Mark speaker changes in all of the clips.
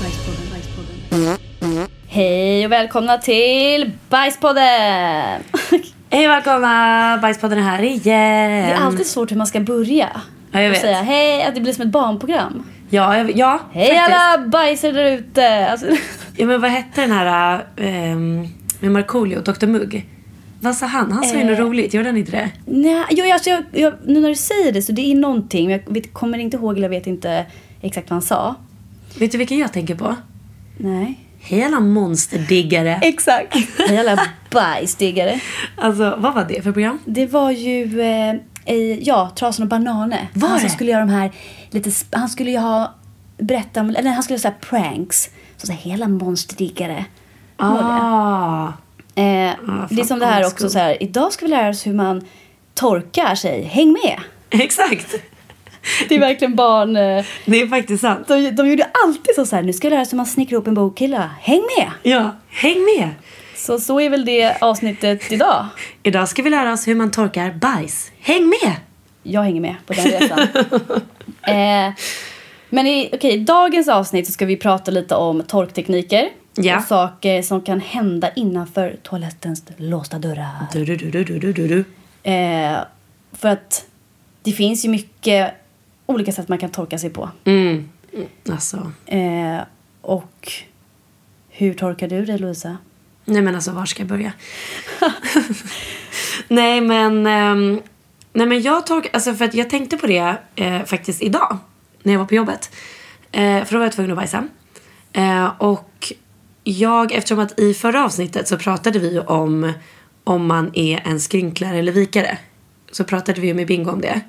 Speaker 1: Bajspodden, bajspodden.
Speaker 2: Hej och välkomna till Bajspodden!
Speaker 1: Hej välkomna! Bajspodden är här igen.
Speaker 2: Det är alltid svårt hur man ska börja.
Speaker 1: Ja, jag
Speaker 2: Och
Speaker 1: vet.
Speaker 2: säga hej, att det blir som ett barnprogram.
Speaker 1: Ja, jag, ja
Speaker 2: Hej
Speaker 1: faktiskt.
Speaker 2: alla bajsare där ute! Alltså,
Speaker 1: Ja, men vad hette den här ehm, med Markoolio, Dr Mugg? Vad sa han? Han sa ju något
Speaker 3: Eh.
Speaker 1: roligt, gjorde han inte det?
Speaker 2: nej, jo, alltså, jag, jag, nu när du säger det så det är någonting, men jag vet, kommer inte ihåg eller jag vet inte exakt vad han sa.
Speaker 1: Vet du vilken jag tänker på?
Speaker 2: Nej.
Speaker 1: Hej alla monsterdiggare.
Speaker 3: Eh.
Speaker 2: Exakt. Hej alla bajsdiggare.
Speaker 1: Alltså, vad var det för program?
Speaker 2: Det var ju eh, i, ja, Trasan och Banane.
Speaker 1: Var
Speaker 2: han som
Speaker 1: det?
Speaker 2: skulle göra de här lite, sp- han skulle ju ha, berätta om, eller nej, han skulle säga pranks. Så, så här, hela monsterdiggare. Kommer du ihåg det?
Speaker 1: Ah,
Speaker 2: Eh,
Speaker 1: fan,
Speaker 2: det är som det här
Speaker 1: old
Speaker 2: också
Speaker 1: school.
Speaker 2: så här, idag ska vi lära oss hur man torkar sig. Häng med!
Speaker 1: exakt.
Speaker 2: Det är verkligen barn. eh,
Speaker 1: Det är faktiskt sant.
Speaker 2: De, de gjorde alltid så, så här, nu ska vi lära oss hur man snickrar ihop en bokkilla. Häng med!
Speaker 1: Ja, häng med.
Speaker 2: Så så är väl det avsnittet idag.
Speaker 1: Idag ska vi lära oss hur man torkar bajs. Häng med!
Speaker 2: Jag hänger med på den resan. eh, men i okej, dagens avsnitt så ska vi prata lite om torktekniker.
Speaker 1: Ja.
Speaker 2: Och saker som kan hända innanför toalettens låsta dörrar.
Speaker 1: Du, du, du, du, du, du, du, du.
Speaker 2: Eh, för att det finns ju mycket olika sätt man kan torka sig på.
Speaker 1: Mm. Alltså,
Speaker 2: Eh, och hur torkar du dig Louisa?
Speaker 1: Nej men alltså var ska jag börja? nej men... ehm, nej men jag tog, alltså för att jag tänkte på det eh, faktiskt idag. När jag var på jobbet. Eh, för då var jag tvungen att bajsa. Eh, och jag, eftersom att i förra avsnittet så pratade vi ju om om man är en skrynklare eller vikare. Så pratade vi ju med Bingo om det.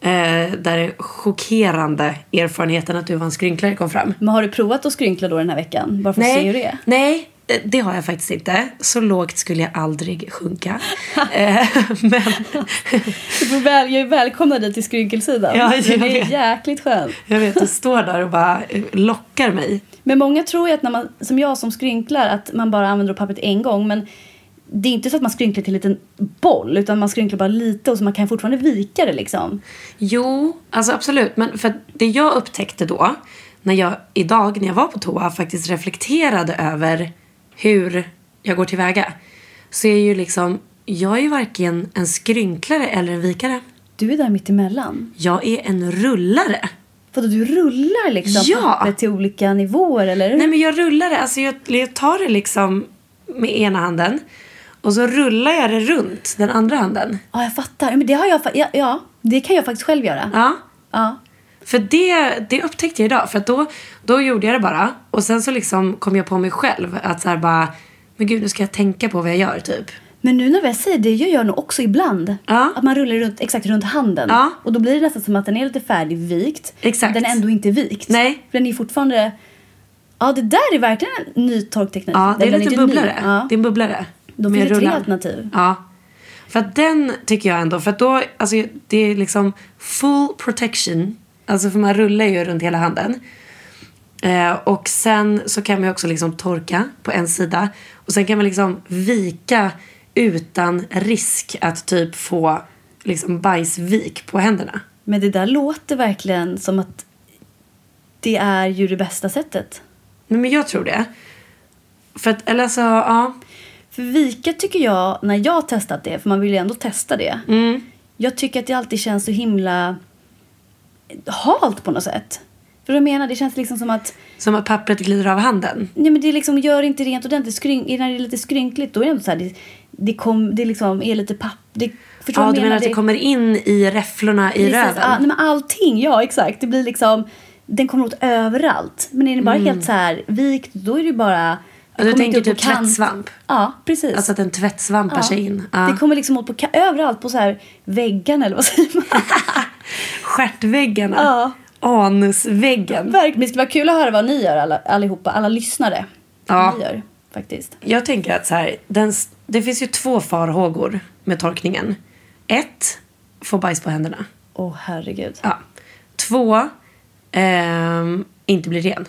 Speaker 1: Eh, där den chockerande erfarenheten att du var en skrynklare kom fram.
Speaker 2: Men har du provat att skrynkla då den här veckan? Bara för att se hur det är?
Speaker 1: Nej, eh, det har jag faktiskt inte. Så lågt skulle jag aldrig sjunka. Eh, men,
Speaker 2: Du får väl, jag välkomnar dig till skrynkelsidan.
Speaker 1: Ja, jag
Speaker 2: det
Speaker 1: vet.
Speaker 2: är jäkligt skönt.
Speaker 1: jag vet, du står där och bara eh, lockar mig.
Speaker 2: Men många tror ju att när man, som jag som skrynklar, att man bara använder pappret en gång. Men det är inte så att man skrynklar till en liten boll, utan man skrynklar bara lite och så man kan fortfarande vika det liksom.
Speaker 1: Jo, alltså absolut. Men för att det jag upptäckte då, när jag idag när jag var på toa faktiskt reflekterade över hur jag går tillväga. Så är ju liksom, jag är ju varken en skrynklare eller en vikare.
Speaker 2: Du är där mitt emellan.
Speaker 1: Jag är en rullare.
Speaker 2: För då du rullar liksom
Speaker 1: Ja.
Speaker 2: pappret till olika nivåer, eller hur?
Speaker 1: Nej men jag rullar det, alltså jag, jag tar det liksom med ena handen och så rullar jag det runt den andra handen.
Speaker 2: Ja, jag fattar. Ja, Men det har jag, fa- ja, ja, det kan jag faktiskt själv göra.
Speaker 1: Ja.
Speaker 2: Ja.
Speaker 1: För det, det upptäckte jag idag, för att då, då gjorde jag det bara och sen så liksom kom jag på mig själv att så här bara, men gud nu ska jag tänka på vad jag gör typ.
Speaker 2: Men nu när vi säger det, gör jag nog också ibland.
Speaker 1: Ja.
Speaker 2: Att man rullar runt, exakt runt handen.
Speaker 1: Ja.
Speaker 2: Och då blir det nästan som att den är lite färdigvikt.
Speaker 1: Exakt.
Speaker 2: Den är ändå inte vikt.
Speaker 1: Nej.
Speaker 2: För den är fortfarande... Ja, det där är verkligen en ny torkteknik.
Speaker 1: Ja, det
Speaker 2: Alltså,
Speaker 1: är
Speaker 2: Den
Speaker 1: en liten
Speaker 2: inte ny.
Speaker 1: bubblare.
Speaker 2: Ja.
Speaker 1: Det är en bubblare.
Speaker 2: Då
Speaker 1: med
Speaker 2: finns det tre
Speaker 1: rullar.
Speaker 2: alternativ.
Speaker 1: Ja. För att den tycker jag ändå, för att då, alltså det är liksom full protection. Alltså för man rullar ju runt hela handen. Eh, och sen så kan man ju också liksom torka på en sida. Och sen kan man liksom vika utan risk att typ få liksom bajsvik på händerna.
Speaker 2: Men det där låter verkligen som att det är ju det bästa sättet.
Speaker 1: Nej, men jag tror det. För att, eller alltså, ja.
Speaker 2: För vika tycker jag, när jag har testat det, för man vill ju ändå testa det.
Speaker 1: Mm.
Speaker 2: Jag tycker att det alltid känns så himla halt på något sätt. För jag menar, det känns liksom som att
Speaker 1: Som att pappret glider av handen.
Speaker 2: Nej men det är liksom, gör inte rent ordentligt. Skryn, när det är lite skrynkligt då är det ändå så här, det, det, kom, det liksom är lite papp. Det, förstår
Speaker 1: Ja,
Speaker 2: vad
Speaker 1: du
Speaker 2: jag
Speaker 1: menar att det kommer in i räfflorna i
Speaker 2: Precis,
Speaker 1: röven?
Speaker 2: ah, nej men allting, ja exakt. Det blir liksom, den kommer åt överallt. Men är den bara helt så här vikt, då är det ju bara...
Speaker 1: Mm. Ja,
Speaker 2: det
Speaker 1: du
Speaker 2: kommer
Speaker 1: tänker
Speaker 2: inte åt
Speaker 1: typ
Speaker 2: på kant.
Speaker 1: tvättsvamp?
Speaker 2: Ja, precis.
Speaker 1: Alltså att den tvättsvampar
Speaker 2: Ja.
Speaker 1: sig in. Ja.
Speaker 2: Det kommer liksom åt på ka- överallt på så här väggarna eller vad säger man?
Speaker 1: Stjärtväggarna.
Speaker 2: Ja.
Speaker 1: Anusväggen.
Speaker 2: Verkligen, det skulle vara kul att höra vad ni gör alla, allihopa, alla lyssnare.
Speaker 1: Ja.
Speaker 2: Vad ni gör faktiskt.
Speaker 1: Jag tänker att så här, den, s- det finns ju två farhågor med torkningen. Ett, få bajs på händerna.
Speaker 2: Åh herregud.
Speaker 1: Ja. Två, ehm, inte bli ren.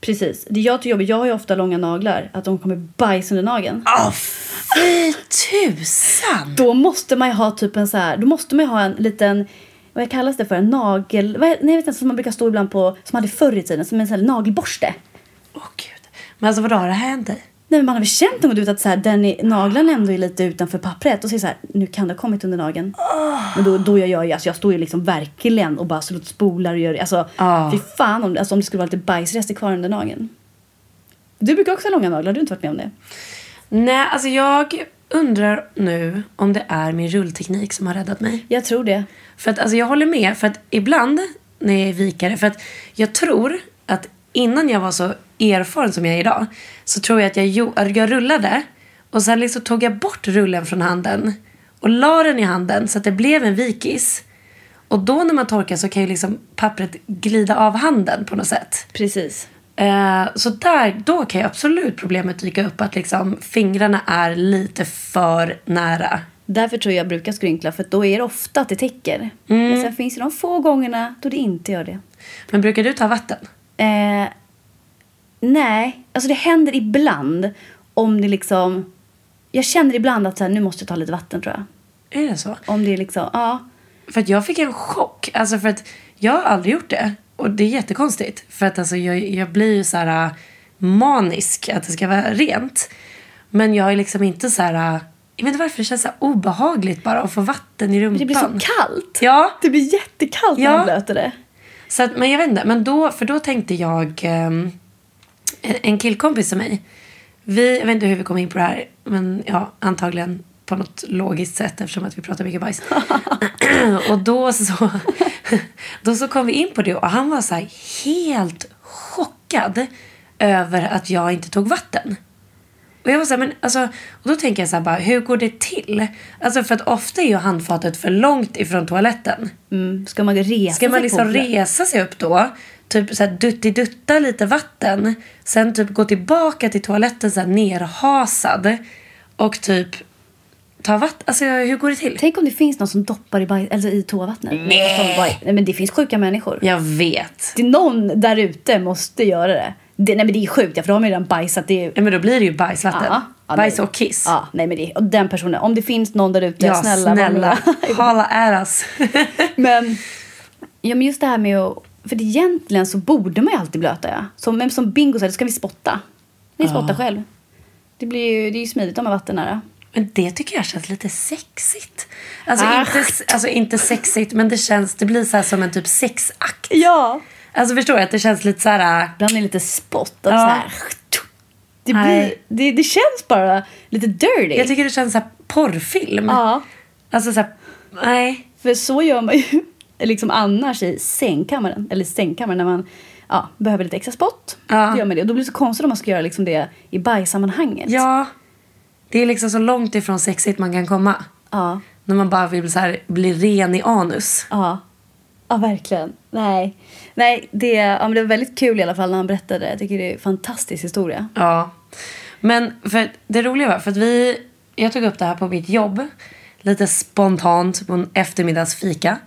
Speaker 2: Precis. Det jag tycker är jobbigt, jag har ju ofta långa naglar, att de kommer bajs under nageln.
Speaker 1: Åh, fy tusan!
Speaker 2: Då måste man ju ha typ en så här, då måste man ju ha en liten, vad kallas det för, en nagel, vad, är- nej jag vet inte, som man brukar stå ibland på, som man hade förr i tiden, som en sån här nagelborste.
Speaker 1: Åh gud. Men alltså vadå, har det här hänt dig?
Speaker 2: Nej men man har väl känt något ut att så här, den är, naglarna ändå är lite utanför pappret och så är det så här, nu kan det ha kommit under nageln. Men då, då jag gör jag, alltså jag står ju liksom verkligen och bara så spolar och gör, alltså
Speaker 1: Ah.
Speaker 2: fy fan om, det- alltså, om det skulle vara lite bajsrester kvar under nageln. Du brukar också ha långa naglar, har du inte varit med om det?
Speaker 1: Nej, alltså jag undrar nu om det är min rullteknik som har räddat mig.
Speaker 2: Jag tror det.
Speaker 1: För att, alltså, jag håller med, för att ibland när jag är vikare, för att jag tror att innan jag var så erfaren som jag är idag, så tror jag att jag, jo- att jag rullade och sen liksom tog jag bort rullen från handen och la den i handen så att det blev en vikis. Och då när man torkar så kan ju liksom pappret glida av handen på något sätt.
Speaker 2: Precis.
Speaker 1: Eh, så där, då kan ju absolut problemet dyka upp att liksom fingrarna är lite för nära.
Speaker 2: Därför tror jag brukar skrynkla för att då är det ofta att det täcker.
Speaker 1: Mm.
Speaker 2: Men sen finns det de få gångerna då det inte gör det.
Speaker 1: Men brukar du ta vatten?
Speaker 2: Eh, nej, alltså det händer ibland om det liksom... Jag känner ibland att så här, nu måste jag ta lite vatten tror jag.
Speaker 1: Är det så?
Speaker 2: Om det är liksom, ja.
Speaker 1: För att jag fick en chock. Alltså för att jag har aldrig gjort det. Och det är jättekonstigt. För att alltså jag, jag blir ju så här äh, manisk att det ska vara rent. Men jag är liksom inte så här... äh, Jag vet inte varför det känns så här obehagligt bara att få vatten i rumpan.
Speaker 2: Men det blir så kallt.
Speaker 1: Mm. Ja.
Speaker 2: Det blir jättekallt när
Speaker 1: Ja.
Speaker 2: man blöter det.
Speaker 1: Så att, men jag vet inte. Men då, för då tänkte jag... ehm, en, en killkompis till mig. Vi, jag vet inte hur vi kom in på det här. Men ja, antagligen på något logiskt sätt eftersom att vi pratar mycket bajs. och då så, då så kom vi in på det och han var så här helt chockad över att jag inte tog vatten. Och jag var så här, men alltså, och då tänker jag så här bara, hur går det till? Alltså för att ofta är ju handfatet för långt ifrån toaletten.
Speaker 2: Mm. Ska man resa
Speaker 1: Ska man
Speaker 2: sig
Speaker 1: liksom
Speaker 2: på blöt?
Speaker 1: resa sig upp då? Typ så här duttidutta lite vatten. Sen typ gå tillbaka till toaletten så här nerhasad. Och typ ta vatten. Alltså hur går det till?
Speaker 2: Tänk om det finns någon som doppar i, baj- alltså, i toavattnet. Nej. nej! men det finns sjuka människor.
Speaker 1: Jag vet.
Speaker 2: Det är någon där ute måste göra det. det. Nej men det är sjukt, ja, för de har man ju redan bajsat. Det är
Speaker 1: Nej, men då blir det ju bajsvatten.
Speaker 2: Ja, ja,
Speaker 1: Bajs
Speaker 2: nej.
Speaker 1: och kiss.
Speaker 2: Ja, nej men det, och den personen, om det finns någon där ute,
Speaker 1: Ja,
Speaker 2: snälla.
Speaker 1: snälla.
Speaker 2: bara-
Speaker 1: Hala äras.
Speaker 2: men, ja, men just det här med att, för det egentligen så borde man ju alltid blöta ja. Som, men som Bingo sa, då ska vi spotta. Vi spottar själv. Det, blir ju, det är ju smidigt om man har vatten nära.
Speaker 1: Men det tycker jag känns lite sexigt. Alltså,
Speaker 2: Ah.
Speaker 1: inte, alltså inte sexigt, men det känns, det blir så här som en typ sexakt.
Speaker 2: Ja.
Speaker 1: Alltså förstår jag att det känns lite så här... äh,
Speaker 2: Ibland är det lite spott, att
Speaker 1: Ja.
Speaker 2: så här, det, blir,
Speaker 1: Nej.
Speaker 2: det, det känns bara lite dirty.
Speaker 1: Jag tycker det känns så här porrfilm.
Speaker 2: ja.
Speaker 1: Alltså så här, nej.
Speaker 2: För så gör man ju liksom annars i sängkammaren. Eller sängkammaren när man ja, behöver lite extra spott.
Speaker 1: Ja.
Speaker 2: Då gör man det. Och då blir det så konstigt om man ska göra liksom det i bajssammanhanget.
Speaker 1: Ja. Det är liksom så långt ifrån sexigt man kan komma.
Speaker 2: Ja.
Speaker 1: När man bara vill så här, bli ren i anus.
Speaker 2: Ja. Ja, verkligen. Nej. Nej, det, ja, men det var väldigt kul i alla fall när han berättade det. Jag tycker det är en fantastisk historia.
Speaker 1: Ja. Men för det roliga var för att vi, jag tog upp det här på mitt jobb. Lite spontant på en eftermiddagsfika.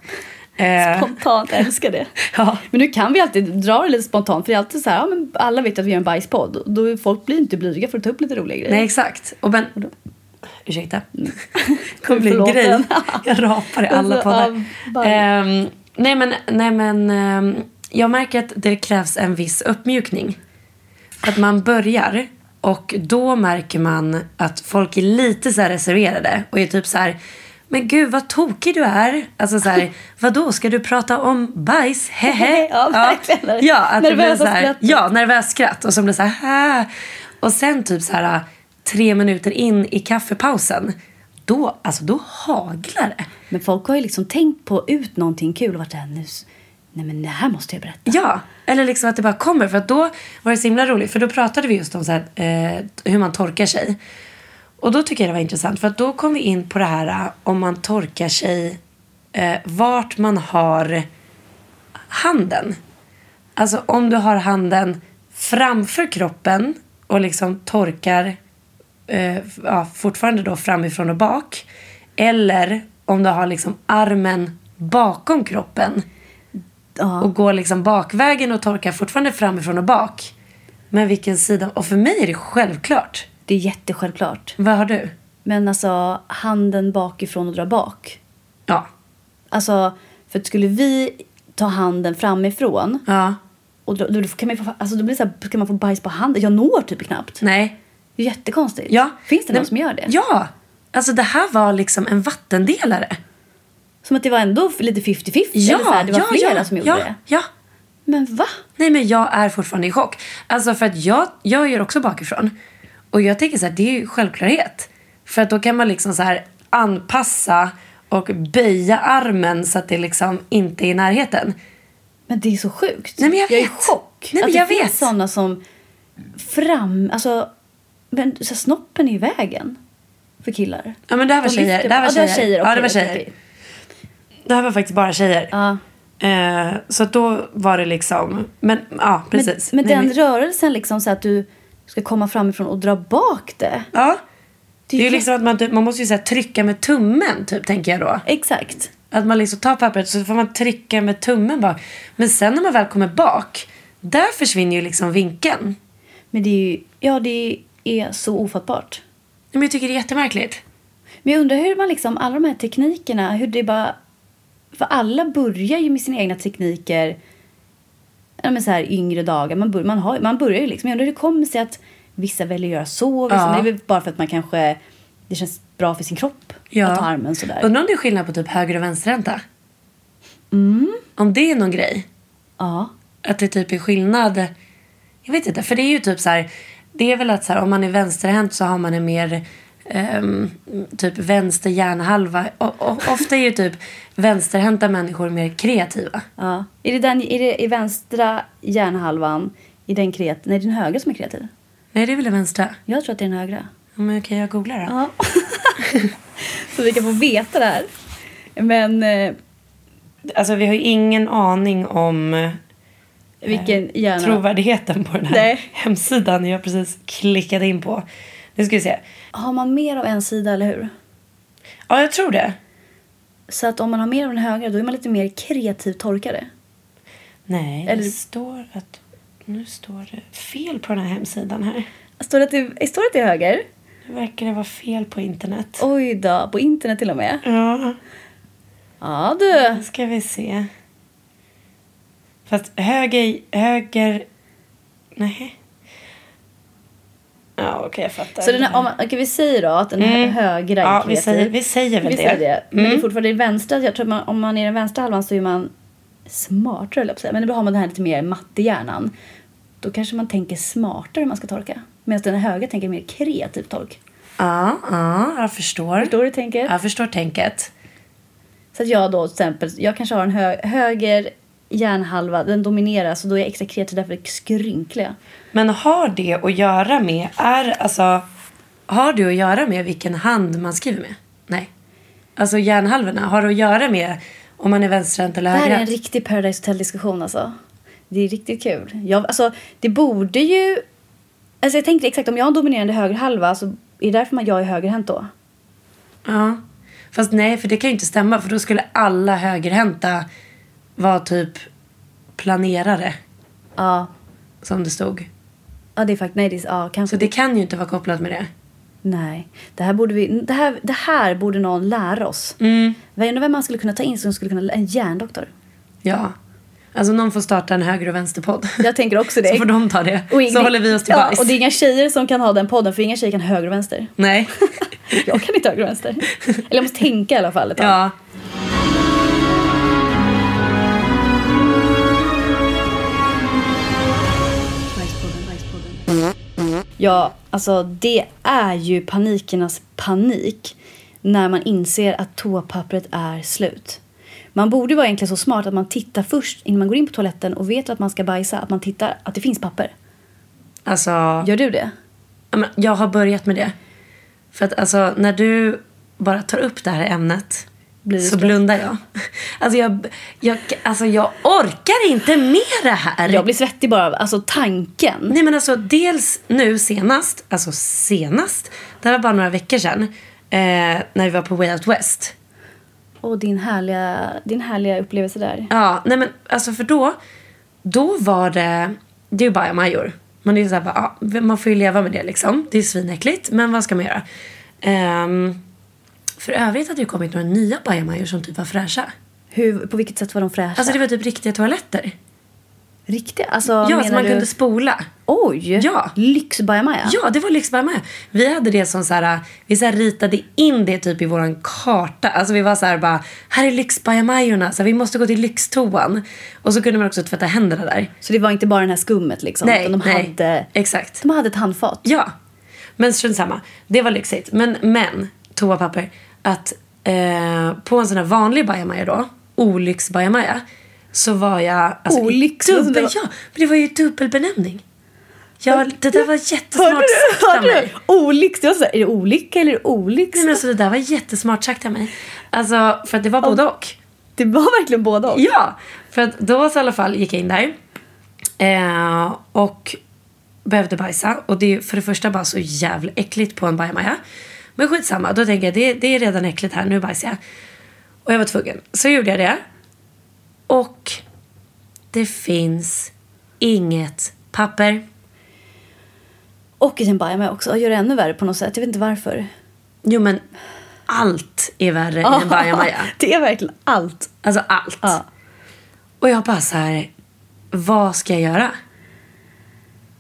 Speaker 1: Eh,
Speaker 2: Spontant, jag älskar det.
Speaker 1: Ja.
Speaker 2: Men nu kan vi alltid dra det lite spontant. För det är alltid så här, ja, men alla vet att vi gör en bajspodd. Och Då folk blir inte blyga för att ta upp lite roliga grejer.
Speaker 1: nej exakt. Och men, ursäkta. Det kommer bli en
Speaker 2: Mm. Förlåt.
Speaker 1: grej. Jag rapar i alla
Speaker 2: Alltså,
Speaker 1: poddar.
Speaker 2: av varje.
Speaker 1: Ehm, nej men, nej, men ehm, jag märker att det krävs en viss uppmjukning. Att man börjar och då märker man att folk är lite så här reserverade och är typ så här men gud vad tokig du är. Alltså så här, vadå ska du prata om bajs? Hehe.
Speaker 2: Ja, verkligen.
Speaker 1: Ja, att det blir
Speaker 2: Nervösa
Speaker 1: så här,
Speaker 2: skratt.
Speaker 1: ja, nervös skratt och som blir så här "Ah." och sen typ så här tre minuter in i kaffepausen då, alltså då haglar det.
Speaker 2: Men folk har ju liksom tänkt på ut någonting kul och varit såhär, nu, s- nej men det här måste jag berätta.
Speaker 1: Ja, eller liksom att det bara kommer. För att då var det så himla roligt. För då pratade vi just om så här, eh, hur man torkar sig. Och då tycker jag det var intressant. För att då kom vi in på det här eh, om man torkar sig eh, vart man har handen. Alltså om du har handen framför kroppen och liksom torkar eh, f- ja, fortfarande då framifrån och bak. Eller om du har liksom armen bakom kroppen och går liksom bakvägen och torkar fortfarande framifrån och bak. Men vilken sida? Och för mig är det självklart.
Speaker 2: Det är jättesjälvklart.
Speaker 1: Vad har du?
Speaker 2: Men alltså handen bakifrån och dra bak.
Speaker 1: Ja.
Speaker 2: Alltså, för att skulle vi ta handen framifrån
Speaker 1: Ja.
Speaker 2: och då, då, kan man ju få, alltså, då blir det så här, ska man få bajs på handen? Jag når typ knappt.
Speaker 1: Nej.
Speaker 2: Det är jättekonstigt.
Speaker 1: Ja.
Speaker 2: Finns det
Speaker 1: Nej,
Speaker 2: någon som gör det?
Speaker 1: Ja. Alltså det här var liksom en vattendelare.
Speaker 2: Som att det var ändå lite 50-50.
Speaker 1: Ja.
Speaker 2: eller så här, det var
Speaker 1: ja,
Speaker 2: flera
Speaker 1: ja,
Speaker 2: som gjorde
Speaker 1: ja,
Speaker 2: det.
Speaker 1: Ja.
Speaker 2: Men va?
Speaker 1: Nej men jag är fortfarande i chock. Alltså för att jag, jag gör också bakifrån. Och jag tänker så här, det är ju självklarhet. För att då kan man liksom så här anpassa och böja armen så att det liksom inte är i närheten.
Speaker 2: Men det är så sjukt.
Speaker 1: Nej, men jag
Speaker 2: är i
Speaker 1: vet.
Speaker 2: chock.
Speaker 1: Nej, men
Speaker 2: att det
Speaker 1: jag
Speaker 2: finns
Speaker 1: vet.
Speaker 2: sådana som fram... Alltså, men så här, snoppen är i vägen för killar.
Speaker 1: Ja men det här var
Speaker 2: De lyfter
Speaker 1: tjejer.
Speaker 2: på-
Speaker 1: Det här var
Speaker 2: ja,
Speaker 1: tjejer.
Speaker 2: okej,
Speaker 1: ja, det var tjejer.
Speaker 2: okej.
Speaker 1: Det här var faktiskt bara tjejer.
Speaker 2: Ja.
Speaker 1: Eh, så att då var det liksom... Men ja, precis.
Speaker 2: Men, men
Speaker 1: Nej,
Speaker 2: den rörelsen liksom så att du ska komma framifrån och dra bak det.
Speaker 1: Ja. Det är ju
Speaker 2: jätte-
Speaker 1: liksom att man, typ- man måste ju så här, trycka med tummen, typ, tänker jag då.
Speaker 2: Exakt.
Speaker 1: Att man liksom tar pappret så får man trycka med tummen bak. Men sen när man väl kommer bak, där försvinner ju liksom vinkeln. Nej,
Speaker 2: Men det är ju, ja det är så ofattbart.
Speaker 1: Men jag tycker det är jättemärkligt.
Speaker 2: Men jag undrar hur man liksom, alla de här teknikerna, hur det bara... För alla börjar ju med sina egna tekniker ja, men så här, yngre dagar. Man, bör, man, har, man börjar ju liksom. Jag undrar hur det kommer sig att vissa väljer att göra så. Vissa,
Speaker 1: Ja.
Speaker 2: men Det är väl bara för att man kanske... Det känns bra för sin kropp att ha armen sådär.
Speaker 1: Undrar om det är skillnad på typ höger och vänsterhänta?
Speaker 2: Mm.
Speaker 1: Om det är någon grej.
Speaker 2: ja.
Speaker 1: att det typ är skillnad. Jag vet inte, för det är ju typ så här. Det är väl att så här, om man är vänsterhänt så har man en mer ehm, typ vänster hjärnhalva. O- o- ofta är ju typ vänsterhänta människor mer kreativa.
Speaker 2: ja. Är det den är det, i vänstra hjärnhalvan, i den kreat... Nej, det är den högra som är kreativ.
Speaker 1: Nej, det är väl den vänstra?
Speaker 2: Jag tror att det är den högra.
Speaker 1: Ja, Men okej, jag googlar då.
Speaker 2: Ja. så vi kan få veta det här. Men... Eh,
Speaker 1: Alltså vi har ju ingen aning om eh,
Speaker 2: Vilken hjärna.
Speaker 1: trovärdigheten på den här
Speaker 2: Nej.
Speaker 1: hemsidan jag precis klickade in på. Nu ska vi se.
Speaker 2: Har man mer av en sida, eller hur?
Speaker 1: Ja, jag tror det.
Speaker 2: Så att om man har mer av den högra, då är man lite mer kreativ torkare.
Speaker 1: Nej,
Speaker 2: Eller-
Speaker 1: det står att... Nu står det fel på den här hemsidan här.
Speaker 2: Står det till, står det till höger?
Speaker 1: Nu verkar det vara fel på internet.
Speaker 2: Oj då, på internet till och med.
Speaker 1: Ja,
Speaker 2: Ja du.
Speaker 1: nu ska vi se. Fast höger... höger... Nej. Ja, okej, jag fattar.
Speaker 2: Så den är, om, man- okej, vi säger då att den
Speaker 1: Mm.
Speaker 2: högra är
Speaker 1: Ja, vi
Speaker 2: kreativ.
Speaker 1: säger- vi säger väl
Speaker 2: vi
Speaker 1: det.
Speaker 2: Säger det. Men det är
Speaker 1: Mm.
Speaker 2: fortfarande den vänstra. Jag tror man, om man är i den vänstra halvan så är man smartare, höll jag på att säga. Men då har man den här lite mer mattehjärnan. Då kanske man tänker smartare hur man ska torka. Medan den högra tänker mer kreativ tork.
Speaker 1: Ja, ja, jag förstår.
Speaker 2: Förstår du tänket?
Speaker 1: Jag förstår tänket.
Speaker 2: Så att jag då till exempel, jag kanske har en hö- höger hjärnhalva, den dominerar så då är jag extra kreativ därför är jag skrynklig.
Speaker 1: Men har det att göra med... Är, alltså, har det att göra med vilken hand man skriver med? Nej. Alltså hjärnhalvorna, har det att göra med om man är vänsterhänt eller
Speaker 2: Det här är en
Speaker 1: högerhänt?
Speaker 2: riktig Paradise Hotel diskussion alltså. Det är riktigt kul. Jag, alltså, det borde ju Alltså jag tänkte exakt, om jag har en dominerande högerhalva så är det därför man jag är högerhänt då.
Speaker 1: Ja. Fast nej, för det kan ju inte stämma. För då skulle alla högerhänta vara typ planerare,
Speaker 2: Ja,
Speaker 1: som det stod.
Speaker 2: ja det är faktiskt, nej det är, ja
Speaker 1: Så
Speaker 2: kanske.
Speaker 1: det kan ju inte vara kopplat med det.
Speaker 2: Nej, det här borde vi, det här, det här borde någon lära oss.
Speaker 1: Mm.
Speaker 2: Jag undrar vem man skulle kunna ta in som skulle kunna, en hjärndoktor.
Speaker 1: Ja. Alltså någon får starta en höger och vänsterpodd.
Speaker 2: Jag tänker också det.
Speaker 1: Så får de ta det.
Speaker 2: Och ing-
Speaker 1: Så håller vi oss till
Speaker 2: ja,
Speaker 1: bajs.
Speaker 2: Och det är inga tjejer som kan ha den podden för inga tjejer kan höger och vänster.
Speaker 1: Nej.
Speaker 2: Jag kan inte höger och vänster. Eller jag måste tänka i alla fall ett tag.
Speaker 1: Ja.
Speaker 2: Ja, alltså det är ju panikernas panik när man inser att toapappret är slut. Man borde vara egentligen så smart att man tittar först innan man går in på toaletten och vet att man ska bajsa, att man tittar att det finns papper.
Speaker 1: Alltså,
Speaker 2: Gör du det?
Speaker 1: ja, men jag har börjat med det. För att alltså, när du bara tar upp det här ämnet
Speaker 2: Blir du
Speaker 1: så
Speaker 2: skrämd?
Speaker 1: blundar jag. Alltså jag, jag. Alltså jag orkar inte med det här.
Speaker 2: Jag blir svettig bara av alltså, tanken.
Speaker 1: Nej men alltså dels nu senast, alltså senast, det här var bara några veckor sedan, eh, när vi var på Way Out West.
Speaker 2: Och din härliga, din härliga upplevelse där.
Speaker 1: Ja, nej men alltså för då, då var det, det är ju bajamajor. Man är ju såhär bara, ja, man får ju leva med det liksom. Det är svinäckligt, men vad ska man göra? Ehm, för övrigt hade det ju kommit några nya bajamajor som typ var fräscha.
Speaker 2: Hur, på vilket sätt var de fräscha?
Speaker 1: Alltså det var typ riktiga toaletter.
Speaker 2: Riktiga? Alltså,
Speaker 1: ja,
Speaker 2: menar
Speaker 1: så man
Speaker 2: du...
Speaker 1: kunde spola.
Speaker 2: Oj!
Speaker 1: Ja.
Speaker 2: Lyxbajamaja?
Speaker 1: Ja, det var lyxbajamaja. Vi hade det som så här, vi så här ritade in det typ i våran karta. Alltså vi var så här bara, här är lyxbajamajorna, så här, vi måste gå till lyxtoan. Och så kunde man också tvätta händerna där.
Speaker 2: Så det var inte bara den här skummet liksom? utan de hade...
Speaker 1: Exakt.
Speaker 2: De hade ett handfat.
Speaker 1: Ja. Men strunt samma. Det var lyxigt. Men, men toapapper. Att eh, på en sån här vanlig bajamaja då, olycksbajamaja, så var jag... Alltså, i
Speaker 2: Olyx,
Speaker 1: dubbel,
Speaker 2: det var-
Speaker 1: Ja, men det var ju dubbelbenämning. Jag, det där var
Speaker 2: Hörde
Speaker 1: jättesmart
Speaker 2: du?
Speaker 1: sagt av
Speaker 2: Hörde
Speaker 1: mig.
Speaker 2: du? Olyx. Jag var såhär, är det olycka eller är det olyx?
Speaker 1: Nej, men alltså, det där var jättesmart sagt av mig. Alltså, för att det var både och.
Speaker 2: Det var verkligen båda och.
Speaker 1: Ja, för att då så i alla fall gick jag in där eh, och behövde bajsa. Och det är ju för det första bara så jävla äckligt på en bajamaja. Men skitsamma, då tänker jag det, det är redan äckligt här, nu bajsar jag. Och jag var tvungen. Så gjorde jag det. Och det finns inget papper.
Speaker 2: Och i sin bajamaja också. Jag gör det ännu värre på något sätt. Jag vet inte varför.
Speaker 1: Jo men allt är värre än en bajamaja.
Speaker 2: det är verkligen allt.
Speaker 1: Alltså allt.
Speaker 2: Ja.
Speaker 1: Och jag bara så här, vad ska jag göra?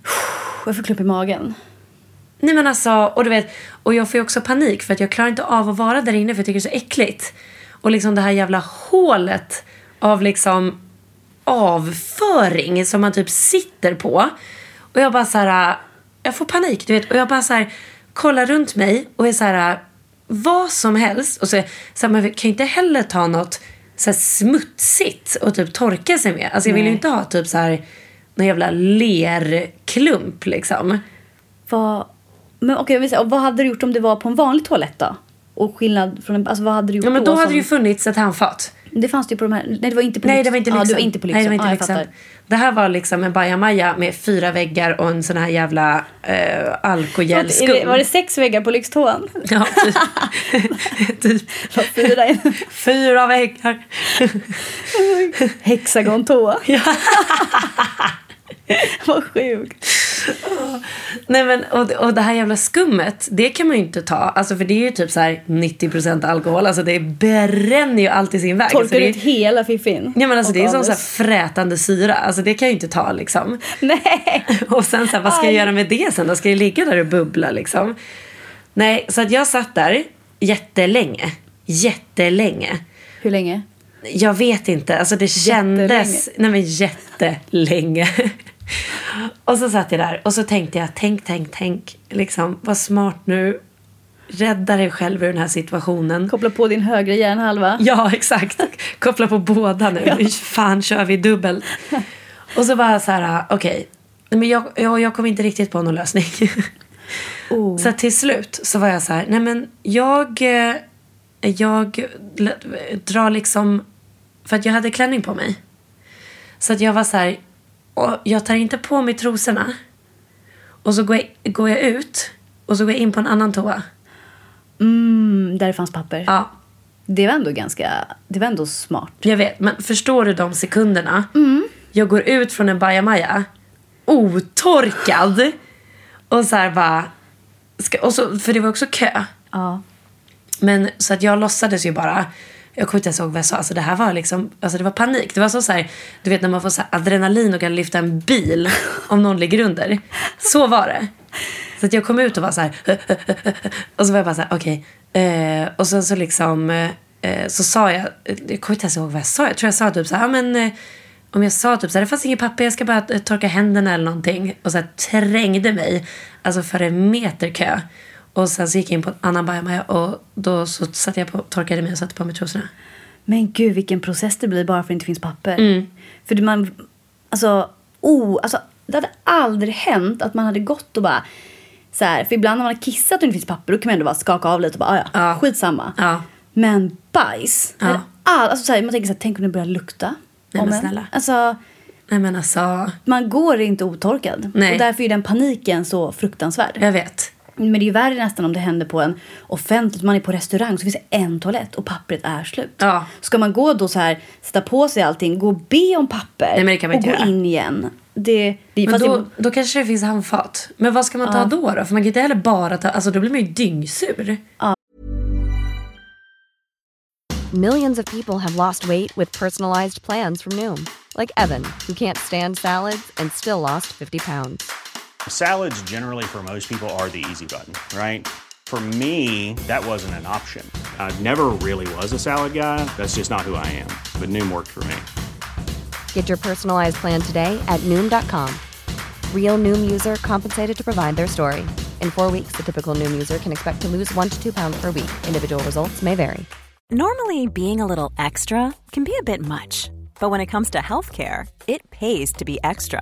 Speaker 2: Puh, Jag får klump i magen.
Speaker 1: Nej men alltså, och du vet, och jag får ju också panik för att jag klarar inte av att vara där inne för jag tycker det är så äckligt. Och liksom det här jävla hålet av liksom avföring som man typ sitter på. Och jag bara så här, äh, jag får panik du vet. Och jag bara så här, kollar runt mig och är så här, äh, vad som helst. Och så, så här, man kan ju inte heller ta något så här smutsigt och typ torka sig med. Alltså jag vill ju inte ha typ så här någon jävla lerklump liksom.
Speaker 2: Vad... Men okej, jag vill säga, och vad hade du gjort om det var på en vanlig toalett då? Och skillnad från en... Alltså vad hade du gjort
Speaker 1: Ja men då
Speaker 2: då
Speaker 1: hade
Speaker 2: som-
Speaker 1: det ju funnits ett handfat.
Speaker 2: Det fanns det ju på de här... Nej, det var inte på
Speaker 1: Nej
Speaker 2: Lyx.
Speaker 1: det var inte
Speaker 2: Ja,
Speaker 1: Lyxen.
Speaker 2: du var inte på Lyxen.
Speaker 1: Nej, det var inte
Speaker 2: ja, jag
Speaker 1: lyxen.
Speaker 2: fattar.
Speaker 1: Det här var liksom en bajamaja med fyra väggar och en sån här jävla eh,
Speaker 2: Är det-
Speaker 1: alkogelskum.
Speaker 2: Var det sex väggar på Lyxtoan?
Speaker 1: Ja, typ. typ.
Speaker 2: Det var Fyra i en
Speaker 1: Fyra väggar.
Speaker 2: hexagontoa. Vad sjukt.
Speaker 1: Nej men och, och det här jävla skummet, det kan man ju inte ta. Alltså för det är ju typ så här 90% alkohol. Alltså det bränner ju allt i sin väg. så
Speaker 2: Torkar
Speaker 1: det,
Speaker 2: ut hela fiffin?
Speaker 1: Ja men alltså
Speaker 2: Och
Speaker 1: det är som
Speaker 2: anus.
Speaker 1: så här frätande syra. Alltså det kan jag ju inte ta liksom.
Speaker 2: Nej!
Speaker 1: Och sen så här, vad ska jag göra med det sen då? Ska det ligga där och bubbla liksom? Nej, så att jag satt där jättelänge. Jättelänge.
Speaker 2: Hur länge?
Speaker 1: Jag vet inte, alltså det kändes... Nej men jättelänge. och så satt jag där och så tänkte jag, tänk, tänk, tänk. Liksom, var smart nu. Rädda dig själv ur den här situationen.
Speaker 2: Koppla på din högra hjärnhalva.
Speaker 1: Ja, exakt. Koppla på båda nu. Nu fan kör vi dubbel. Och så var jag så här, okej. Nej, Men jag, jag, jag kom inte riktigt på någon lösning. Så att till slut så var jag så här, nej men jag, eh, jag l- drar liksom, för att jag hade klänning på mig. Så att jag var så här, "Åh, jag tar inte på mig trosorna. Och så går jag, går jag ut och så går jag in på en annan toa.
Speaker 2: Mm, där det fanns papper.
Speaker 1: Ja,
Speaker 2: Det var ändå ganska... Det var ändå smart.
Speaker 1: jag vet. Men förstår du de sekunderna? Jag går ut från en bajamaja, otorkad. Och så här bara... Ska, och så, för det var också kö.
Speaker 2: Ja.
Speaker 1: Men så att jag låtsades ju bara. Jag kommer inte ens ihåg vad jag sa. Alltså det här var liksom, alltså det var panik. Det var så, så här, du vet när man får så här adrenalin och kan lyfta en bil om någon ligger under. Så var det. Så att jag kom ut och var så här. Och så var jag bara så här, okej. Eh, och sen så liksom, eh, så sa jag, jag kommer inte ens ihåg vad jag sa. Jag tror jag sa typ så här, ja men. Eh, om jag sa typ så här, det fanns inget papper, jag ska bara eh, torka händerna eller någonting. Och så här, trängde mig, alltså för en meter kö. Och sen så gick jag in på en annan bajamaja och då så satte jag på, torkade mig och satte på mig trosorna.
Speaker 2: Men gud vilken process det blir bara för att det inte finns papper.
Speaker 1: Mm.
Speaker 2: För det man, alltså, oh, alltså, det hade aldrig hänt att man hade gått och bara så här, för ibland när man har kissat och det inte finns papper då kan man ändå bara skaka av lite och bara "Ah, ja,
Speaker 1: Ja.
Speaker 2: skitsamma.
Speaker 1: Ja.
Speaker 2: Men bajs, det hade all, alltså, så här, man tänker så här, tänk om det börjar lukta.
Speaker 1: Nej,
Speaker 2: om
Speaker 1: men
Speaker 2: en.
Speaker 1: snälla.
Speaker 2: Alltså,
Speaker 1: Nej men alltså,
Speaker 2: man går inte otorkad.
Speaker 1: Nej.
Speaker 2: Och därför är den paniken så fruktansvärd.
Speaker 1: jag vet.
Speaker 2: Men det är ju värre nästan om det händer på en offentlig, man är på restaurang så finns det en toalett och pappret är slut.
Speaker 1: Ja.
Speaker 2: Ska man gå då så här, sätta på sig allting, gå och be om papper
Speaker 1: Nej, men det kan man
Speaker 2: och
Speaker 1: inte
Speaker 2: gå
Speaker 1: göra.
Speaker 2: in igen. Det, det,
Speaker 1: Men
Speaker 2: fast
Speaker 1: då,
Speaker 2: det,
Speaker 1: då kanske det finns handfat. Men vad ska man ta då då? För man kan inte heller bara ta, alltså då blir man ju dyngsur.
Speaker 3: Millions of people have lost weight with personalized plans from Noom, like Evan, who can't stand salads and still lost 50 pounds.
Speaker 4: Salads, generally, for most people, are the easy button, right? For me, that wasn't an option. I never really was a salad guy. That's just not who I am. But Noom worked for me.
Speaker 3: Get your personalized plan today at Noom.com. Real Noom user compensated to provide their story. In four weeks, the typical Noom user can expect to lose one to two pounds per week. Individual results may vary.
Speaker 5: Normally, being a little extra can be a bit much, but when it comes to healthcare, it pays to be extra.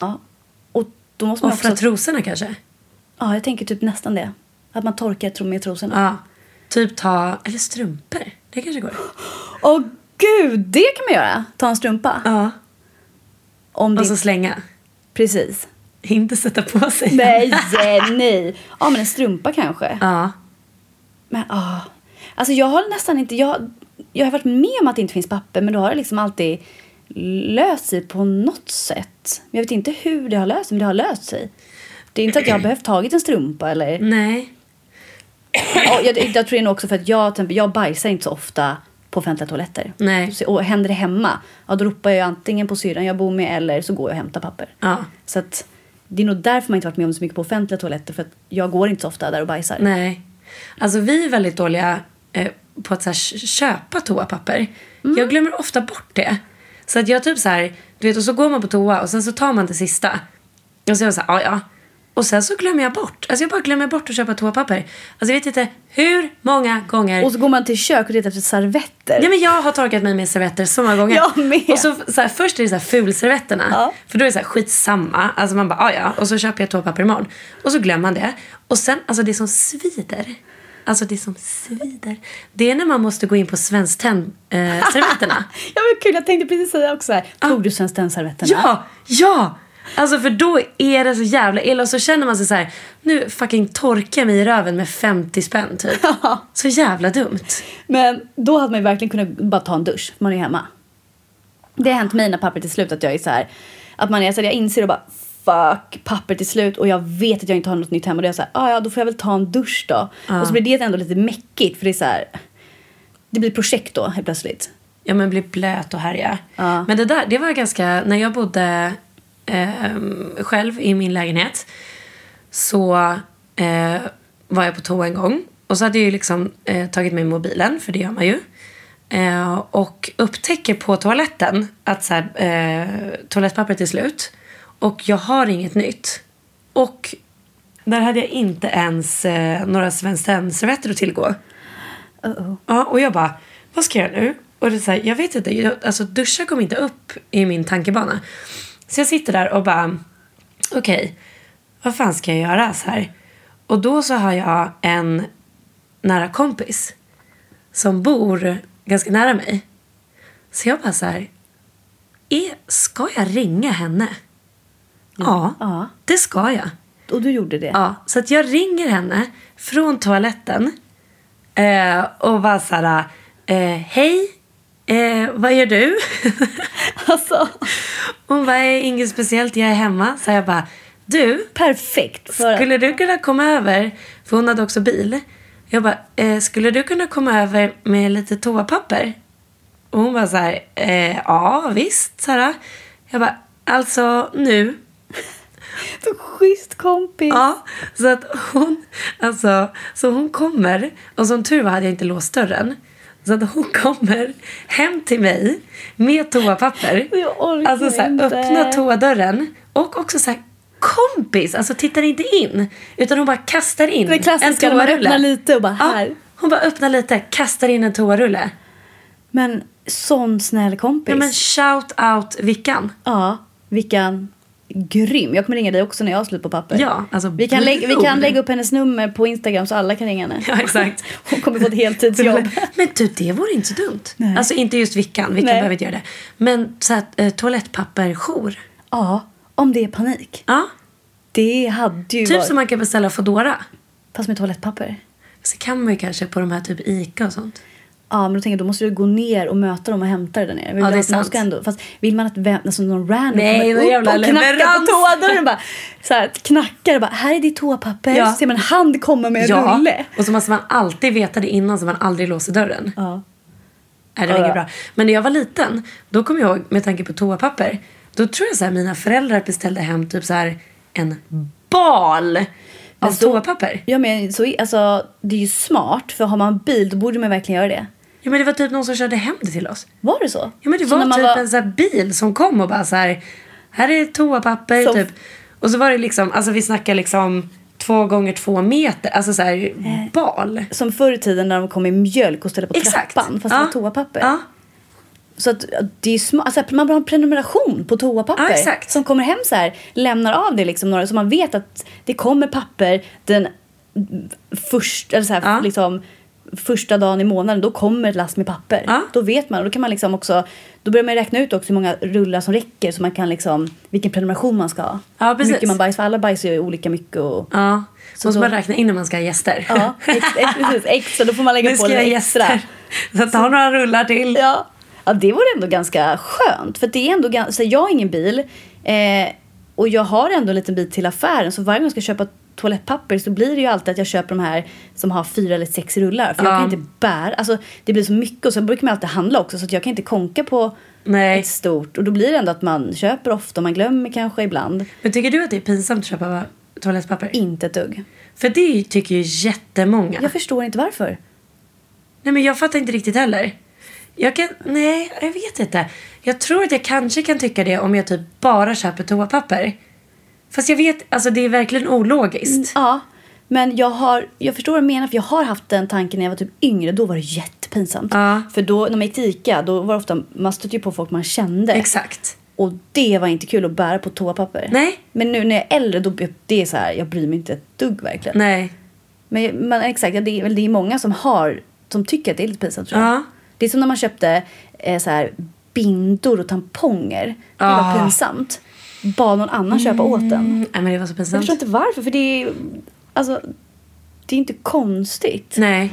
Speaker 2: ja. Och då måste man
Speaker 1: Offra
Speaker 2: också...
Speaker 1: trosorna kanske?
Speaker 2: Ja, jag tänker typ nästan det. Att man torkar tro med trosorna.
Speaker 1: Ja. Typ ta, eller strumpor. Det kanske går.
Speaker 2: Åh gud, det kan man göra! Ta en strumpa.
Speaker 1: Ja.
Speaker 2: Om det...
Speaker 1: Och så slänga.
Speaker 2: Precis.
Speaker 1: Inte sätta på sig.
Speaker 2: Nej, nej. Ja, men en strumpa kanske.
Speaker 1: Ja.
Speaker 2: Men ah. Alltså jag har nästan inte, jag, jag har varit med om att det inte finns papper men då har det liksom alltid löst sig på något sätt. Men Jag vet inte hur det har löst sig, men det har löst sig. Det är inte så att jag har behövt tagit en strumpa eller...
Speaker 1: Nej.
Speaker 2: Ja, jag, jag tror det är nog också för att jag, till exempel, jag bajsar inte så ofta på offentliga toaletter.
Speaker 1: Nej.
Speaker 2: Så, och händer det hemma, ja, då ropar jag antingen på syrran jag bor med eller så går jag och hämtar papper.
Speaker 1: Ja.
Speaker 2: Så att, det är nog därför man inte varit med om så mycket på offentliga toaletter för att jag går inte så ofta där och bajsar.
Speaker 1: Nej. Alltså vi är väldigt dåliga eh, på att så här, k- köpa toapapper. Jag glömmer ofta bort det. Så att jag typ så här, du vet och så går man på toa och sen så tar man det sista. Och så är jag så här, ja ja. Och sen så glömmer jag bort. Alltså jag bara glömmer bort att köpa toapapper. Alltså jag vet inte hur många gånger.
Speaker 2: Och så går man till kök och letar efter servetter.
Speaker 1: Ja, men jag har torkat mig med servetter så många gånger.
Speaker 2: Jag med.
Speaker 1: Och så, så här, först är det så här fulservetterna.
Speaker 2: Ja.
Speaker 1: För då är det så här, skitsamma. Alltså man bara, "Ah, ja. Och så köper jag toapapper imorgon. Och så glömmer man det. Och sen, alltså det som svider. Alltså det som svider. Det är när man måste gå in på Svenskt Tenn, eh, servetterna.
Speaker 2: Ja men kul, jag tänkte precis säga också här. Tog du Svenskt Tenn-servetterna?
Speaker 1: ja, ja. Alltså för då är det så jävla illa. Och så känner man sig så här, nu fucking torkar jag mig i röven med 50 spänn typ. Så jävla dumt.
Speaker 2: Men då hade man ju verkligen kunnat bara ta en dusch, för man är ju hemma. Det har hänt mig när papper till slut att jag är så här, att man är så här, jag inser och bara fuck papper till slut och jag vet att jag inte har något nytt hemma och då är jag så här, ah, ja då får jag väl ta en dusch då. Och så blir det ändå lite mäckigt för det är så här, det blir projekt då helt plötsligt.
Speaker 1: Ja men bli blöt och härja. Men det där, det var ganska, när jag bodde ehm, själv i min lägenhet så eh, var jag på toa en gång. Och så hade jag ju liksom eh, tagit med mobilen, för det gör man ju. Eh, och upptäcker på toaletten att så här, eh, toalettpappret är slut. Och jag har inget nytt. Och där hade jag inte ens eh, några Svenskt Tenn-servetter att tillgå. Ja, och jag bara, vad ska jag göra nu? Och det är så här, jag vet inte, jag, alltså duscha kom inte upp i min tankebana. Så jag sitter där och bara, okej, vad fan ska jag göra så här? Och då så har jag en nära kompis som bor ganska nära mig. Så jag bara så här, är, ska jag ringa henne? Ja,
Speaker 2: Ja.
Speaker 1: det ska jag.
Speaker 2: Och du gjorde det?
Speaker 1: Ja, så att jag ringer henne från toaletten eh, och bara så här, eh, hej, eh, vad gör du?
Speaker 2: Alltså,
Speaker 1: Hon bara, "Eh, inget speciellt, jag är hemma. Så jag bara, du,
Speaker 2: perfekt! För att,
Speaker 1: skulle du kunna komma över, för hon hade också bil. Jag bara, eh, skulle du kunna komma över med lite toapapper? Och hon bara så här, eh, ja visst Sara. Jag bara, alltså nu.
Speaker 2: så schysst kompis!
Speaker 1: Ja, så att hon, alltså, så hon kommer, och som tur var hade jag inte låst dörren. Så att hon kommer hem till mig med toapapper.
Speaker 2: Jag orkar
Speaker 1: alltså så här,
Speaker 2: inte.
Speaker 1: öppna toadörren och också så här kompis, alltså tittar inte in. Utan hon bara kastar in
Speaker 2: Det klassiska när man öppnar lite och bara, här.
Speaker 1: Ja, hon bara öppnar lite, kastar in en toarulle.
Speaker 2: Men sån snäll kompis.
Speaker 1: Ja men shout out Vickan.
Speaker 2: Ja, vilken grym. Jag kommer ringa dig också när jag har slut på papper.
Speaker 1: Ja, alltså
Speaker 2: vi, kan lägga, vi
Speaker 1: blod.
Speaker 2: kan lägga upp hennes nummer på Instagram så alla kan ringa henne.
Speaker 1: Ja, exakt.
Speaker 2: Hon kommer få ett heltidsjobb.
Speaker 1: Men du, det vore inte så dumt.
Speaker 2: Nej.
Speaker 1: Alltså inte just vickan, vickan
Speaker 2: Nej.
Speaker 1: behöver inte göra det. Men så här, eh, toalettpapperjour.
Speaker 2: ja, om det är panik.
Speaker 1: Ja,
Speaker 2: Det hade ju
Speaker 1: typ
Speaker 2: varit...
Speaker 1: som man kan beställa Foodora.
Speaker 2: Fast med toalettpapper.
Speaker 1: Så kan man ju kanske på de här typ Ica och sånt.
Speaker 2: Ja, men då tänker jag, då måste du gå ner och möta dem och hämta det där nere. Vill
Speaker 1: Ja, det
Speaker 2: du
Speaker 1: är
Speaker 2: att någon
Speaker 1: sant.
Speaker 2: ska ändå, fast vill man att vem, alltså någon random
Speaker 1: Nej, någon
Speaker 2: kommer upp
Speaker 1: jävla
Speaker 2: och knackar på
Speaker 1: leverans.
Speaker 2: toadörren bara. Så här, knackar och bara, här är ditt toapapper.
Speaker 1: Ja.
Speaker 2: Så ser man en hand komma med en rulle.
Speaker 1: och så måste man alltid veta det innan så man aldrig låser dörren.
Speaker 2: Ja.
Speaker 1: Nej, det var inget bra. Men när jag var liten, då kom jag ihåg, med tanke på toapapper, då tror jag så här, mina föräldrar beställde hem typ så här en bal av
Speaker 2: så-
Speaker 1: toapapper.
Speaker 2: Alltså, Ja, men så, är- alltså, det är ju smart, för har man bil då borde man verkligen göra det.
Speaker 1: Ja, men det var typ någon som körde hem det till oss.
Speaker 2: Var det så?
Speaker 1: Ja men det
Speaker 2: så
Speaker 1: var
Speaker 2: när man
Speaker 1: typ en sån här bil som kom och bara så här, här är toapapper
Speaker 2: Som-
Speaker 1: typ. Och så var det liksom, alltså vi snackar liksom två gånger två meter, alltså så här
Speaker 2: Eh,
Speaker 1: bal.
Speaker 2: Som förr i tiden när de kom i mjölk och ställde på
Speaker 1: Exakt.
Speaker 2: trappan fast
Speaker 1: Ja.
Speaker 2: med toapapper.
Speaker 1: Ja.
Speaker 2: Så att, ja, det är smart. Alltså, man bör ha en prenumeration på toapapper.
Speaker 1: Ja, exakt.
Speaker 2: Som kommer hem så här, lämnar av det liksom några, så man vet att det kommer papper den först, eller så här,
Speaker 1: Ja.
Speaker 2: liksom första dagen i månaden, då kommer ett last med papper.
Speaker 1: Ja.
Speaker 2: Då vet man. och Då, kan man liksom också, då börjar man räkna ut också hur många rullar som räcker så man kan liksom, vilken prenumeration man ska ha.
Speaker 1: Ja,
Speaker 2: hur
Speaker 1: precis.
Speaker 2: mycket man bajs, för alla bajsar ju olika mycket. Och,
Speaker 1: Ja,
Speaker 2: Så
Speaker 1: måste
Speaker 2: då-
Speaker 1: man räkna in när man ska ha gäster.
Speaker 2: ja, ex, ex, precis, extra, då får man lägga
Speaker 1: nu
Speaker 2: på
Speaker 1: ska jag ha
Speaker 2: lite extra.
Speaker 1: gäster. Så att ta några rullar till.
Speaker 2: Ja. ja, det vore ändå ganska skönt. För att det är ändå ganska, så jag har ingen bil eh, och jag har ändå en liten bit till affären. Så varje gång jag ska köpa toalettpapper så blir det ju alltid att jag köper de här som har fyra eller sex rullar. För jag kan inte bära, alltså det blir så mycket. Och sen brukar man alltid handla också så att jag kan inte konka på
Speaker 1: Nej.
Speaker 2: ett stort. Och då blir det ändå att man köper ofta, man glömmer kanske ibland.
Speaker 1: Men tycker du att det är pinsamt att köpa toalettpapper?
Speaker 2: Inte ett dugg.
Speaker 1: För det tycker ju jättemånga.
Speaker 2: Jag förstår inte varför.
Speaker 1: Nej men jag fattar inte riktigt heller. Jag kan, nej jag vet inte. Jag tror att jag kanske kan tycka det om jag typ bara köper toapapper. Fast jag vet, alltså det är verkligen ologiskt.
Speaker 2: Ja, men jag, har, jag förstår vad du menar. För jag har haft den tanken när jag var typ yngre. Då var det jättepinsamt.
Speaker 1: Ja.
Speaker 2: För då, när man gick till Ica, då var det ofta, man stötte ju på folk man kände.
Speaker 1: Exakt.
Speaker 2: Och det var inte kul att bära på toapapper.
Speaker 1: Nej.
Speaker 2: Men nu när jag är äldre, då, det är så här, jag bryr mig inte ett dugg verkligen.
Speaker 1: Nej.
Speaker 2: Men, men exakt, ja, det, är, väl- det är många som har, som tycker att det är lite pinsamt tror jag.
Speaker 1: Ja. Mm,
Speaker 2: Det är som när man köpte eh, så här, bindor och tamponger. Det var
Speaker 1: Ah.
Speaker 2: pinsamt. Bad någon annan köpa åt en.
Speaker 1: Mm, nej men det var så
Speaker 2: Jag
Speaker 1: pinsamt.
Speaker 2: förstår inte varför, för det är, alltså, det är inte konstigt.
Speaker 1: Nej.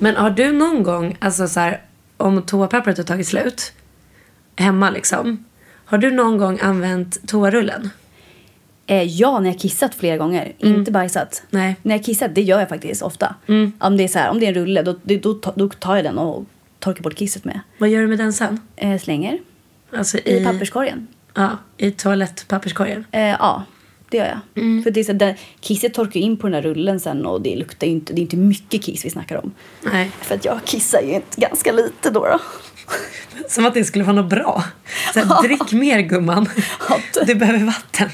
Speaker 1: Men har du någon gång, alltså så här, om toapappret har tagit slut, hemma liksom. Har du någon gång använt toarullen?
Speaker 2: Eh, ja, när jag kissat flera gånger, inte bajsat.
Speaker 1: Mm. Nej. Mm.
Speaker 2: När jag kissat, det gör jag faktiskt ofta. Om, det är så här, om det är en rulle, då, det- då, ta- då tar jag den och torkar bort kisset med.
Speaker 1: Vad gör du med den sen?
Speaker 2: Eh, slänger
Speaker 1: Alltså
Speaker 2: i
Speaker 1: i,
Speaker 2: papperskorgen.
Speaker 1: ja, i toalettpapperskorgen?
Speaker 2: Eh, ja, det gör jag.
Speaker 1: Mm.
Speaker 2: För det är så här, den, kisset torkar ju in på den här rullen sen och det luktar ju inte, det är inte mycket kiss vi snackar om.
Speaker 1: Nej.
Speaker 2: För att jag kissar ju inte ganska lite då. då.
Speaker 1: Som att det skulle vara något bra. Så här, drick mer gumman.
Speaker 2: Ja, typ.
Speaker 1: Du behöver vatten.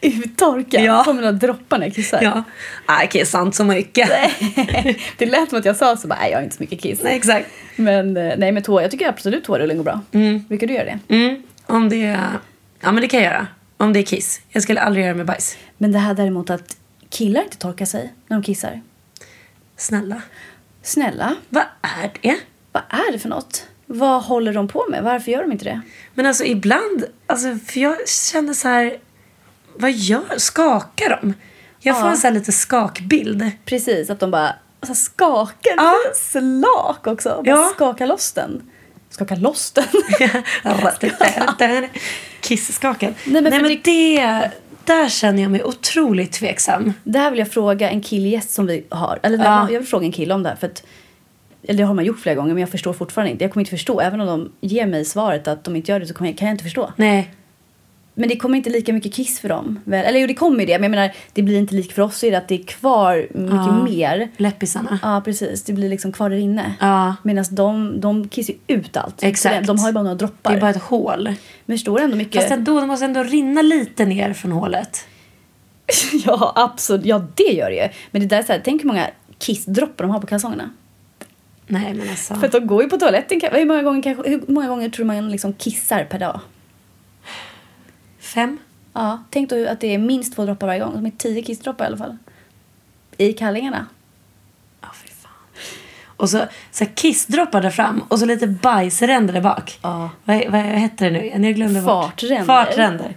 Speaker 2: Uttorkar,
Speaker 1: Ja.
Speaker 2: får mina droppar när jag kissar.
Speaker 1: Ja. Nej, kissa inte så mycket.
Speaker 2: det lät som att jag sa så bara, nej jag har inte så mycket kiss.
Speaker 1: Nej, exakt.
Speaker 2: Men eh, nej men tå, jag tycker absolut toarullen går bra. Brukar du göra det?
Speaker 1: Mm, om det är... Ja, men det kan jag göra. Om det är kiss. Jag skulle aldrig göra det med bajs.
Speaker 2: Men det här däremot att killar inte torkar sig när de kissar.
Speaker 1: Snälla.
Speaker 2: Snälla,
Speaker 1: Vad är det?
Speaker 2: vad är det för något? Vad håller de på med? Varför gör de inte det?
Speaker 1: Men alltså ibland... Alltså, för jag känner så här... Vad gör... Skakar de? Jag får
Speaker 2: Ja.
Speaker 1: en så här lite skakbild.
Speaker 2: Precis, att de bara alltså, skakar
Speaker 1: Ja.
Speaker 2: slak också. Bara
Speaker 1: Ja.
Speaker 2: Skakar loss den. Skaka loss den?
Speaker 1: Kissskaken.
Speaker 2: Nej, men för
Speaker 1: det... Där känner jag mig otroligt tveksam.
Speaker 2: det här vill jag fråga en killgäst som vi har. Eller nej,
Speaker 1: Ja.
Speaker 2: jag vill fråga en kille om det här. För att, eller det har man gjort flera gånger men jag förstår fortfarande inte. Jag kommer inte förstå. Även om de ger mig svaret att de inte gör det så kommer jag, kan jag inte förstå.
Speaker 1: Nej.
Speaker 2: Men det kommer inte lika mycket kiss för dem. Väl? Eller jo, det kommer ju det. Men jag menar, det blir inte lika för oss i det att det är kvar mycket mer.
Speaker 1: Läppisarna.
Speaker 2: Ja, precis. Det blir liksom kvar där inne.
Speaker 1: Ja.
Speaker 2: Medan de, de kissar ju ut allt.
Speaker 1: Exakt.
Speaker 2: Så De har ju bara några droppar.
Speaker 1: Det är bara ett hål.
Speaker 2: Men det står ändå mycket...
Speaker 1: Fast ändå, det måste ändå rinna lite ner från hålet.
Speaker 2: ja, absolut. Ja, det gör det ju. Men det där är så här, tänk hur många kissdroppar de har på kalsongerna.
Speaker 1: Nej, men alltså.
Speaker 2: För att de går ju på toaletten. Hur många gånger, kanske, hur många gånger tror du man liksom kissar per dag?
Speaker 1: Fem?
Speaker 2: Ja, tänk då att det är minst två droppar varje gång. De är tio kissdroppar i alla fall. I kallingarna.
Speaker 1: Ja, fy fan. Och så, så här kissdroppar där fram och så lite bajsränder där bak.
Speaker 2: Ja.
Speaker 1: Vad, vad hette det nu igen? Jag glömde bort.
Speaker 2: Fartränder.
Speaker 1: Fartränder.